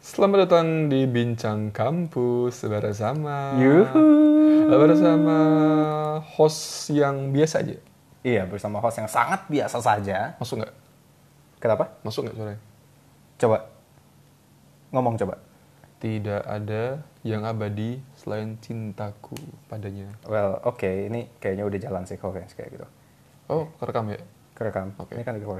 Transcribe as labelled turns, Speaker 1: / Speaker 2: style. Speaker 1: Selamat datang di Bincang Kampus bersama
Speaker 2: Yuhu.
Speaker 1: bersama host yang biasa aja.
Speaker 2: Iya, bersama host yang sangat biasa saja.
Speaker 1: Masuk nggak?
Speaker 2: Kenapa?
Speaker 1: Masuk nggak suaranya?
Speaker 2: Coba. Ngomong coba.
Speaker 1: Tidak ada yang abadi selain cintaku padanya.
Speaker 2: Well, oke. Ini kayaknya udah jalan sih kalau kayak kayak gitu.
Speaker 1: Oh, kerekam ya?
Speaker 2: Kerekam.
Speaker 1: Oke.
Speaker 2: Ini kan recording.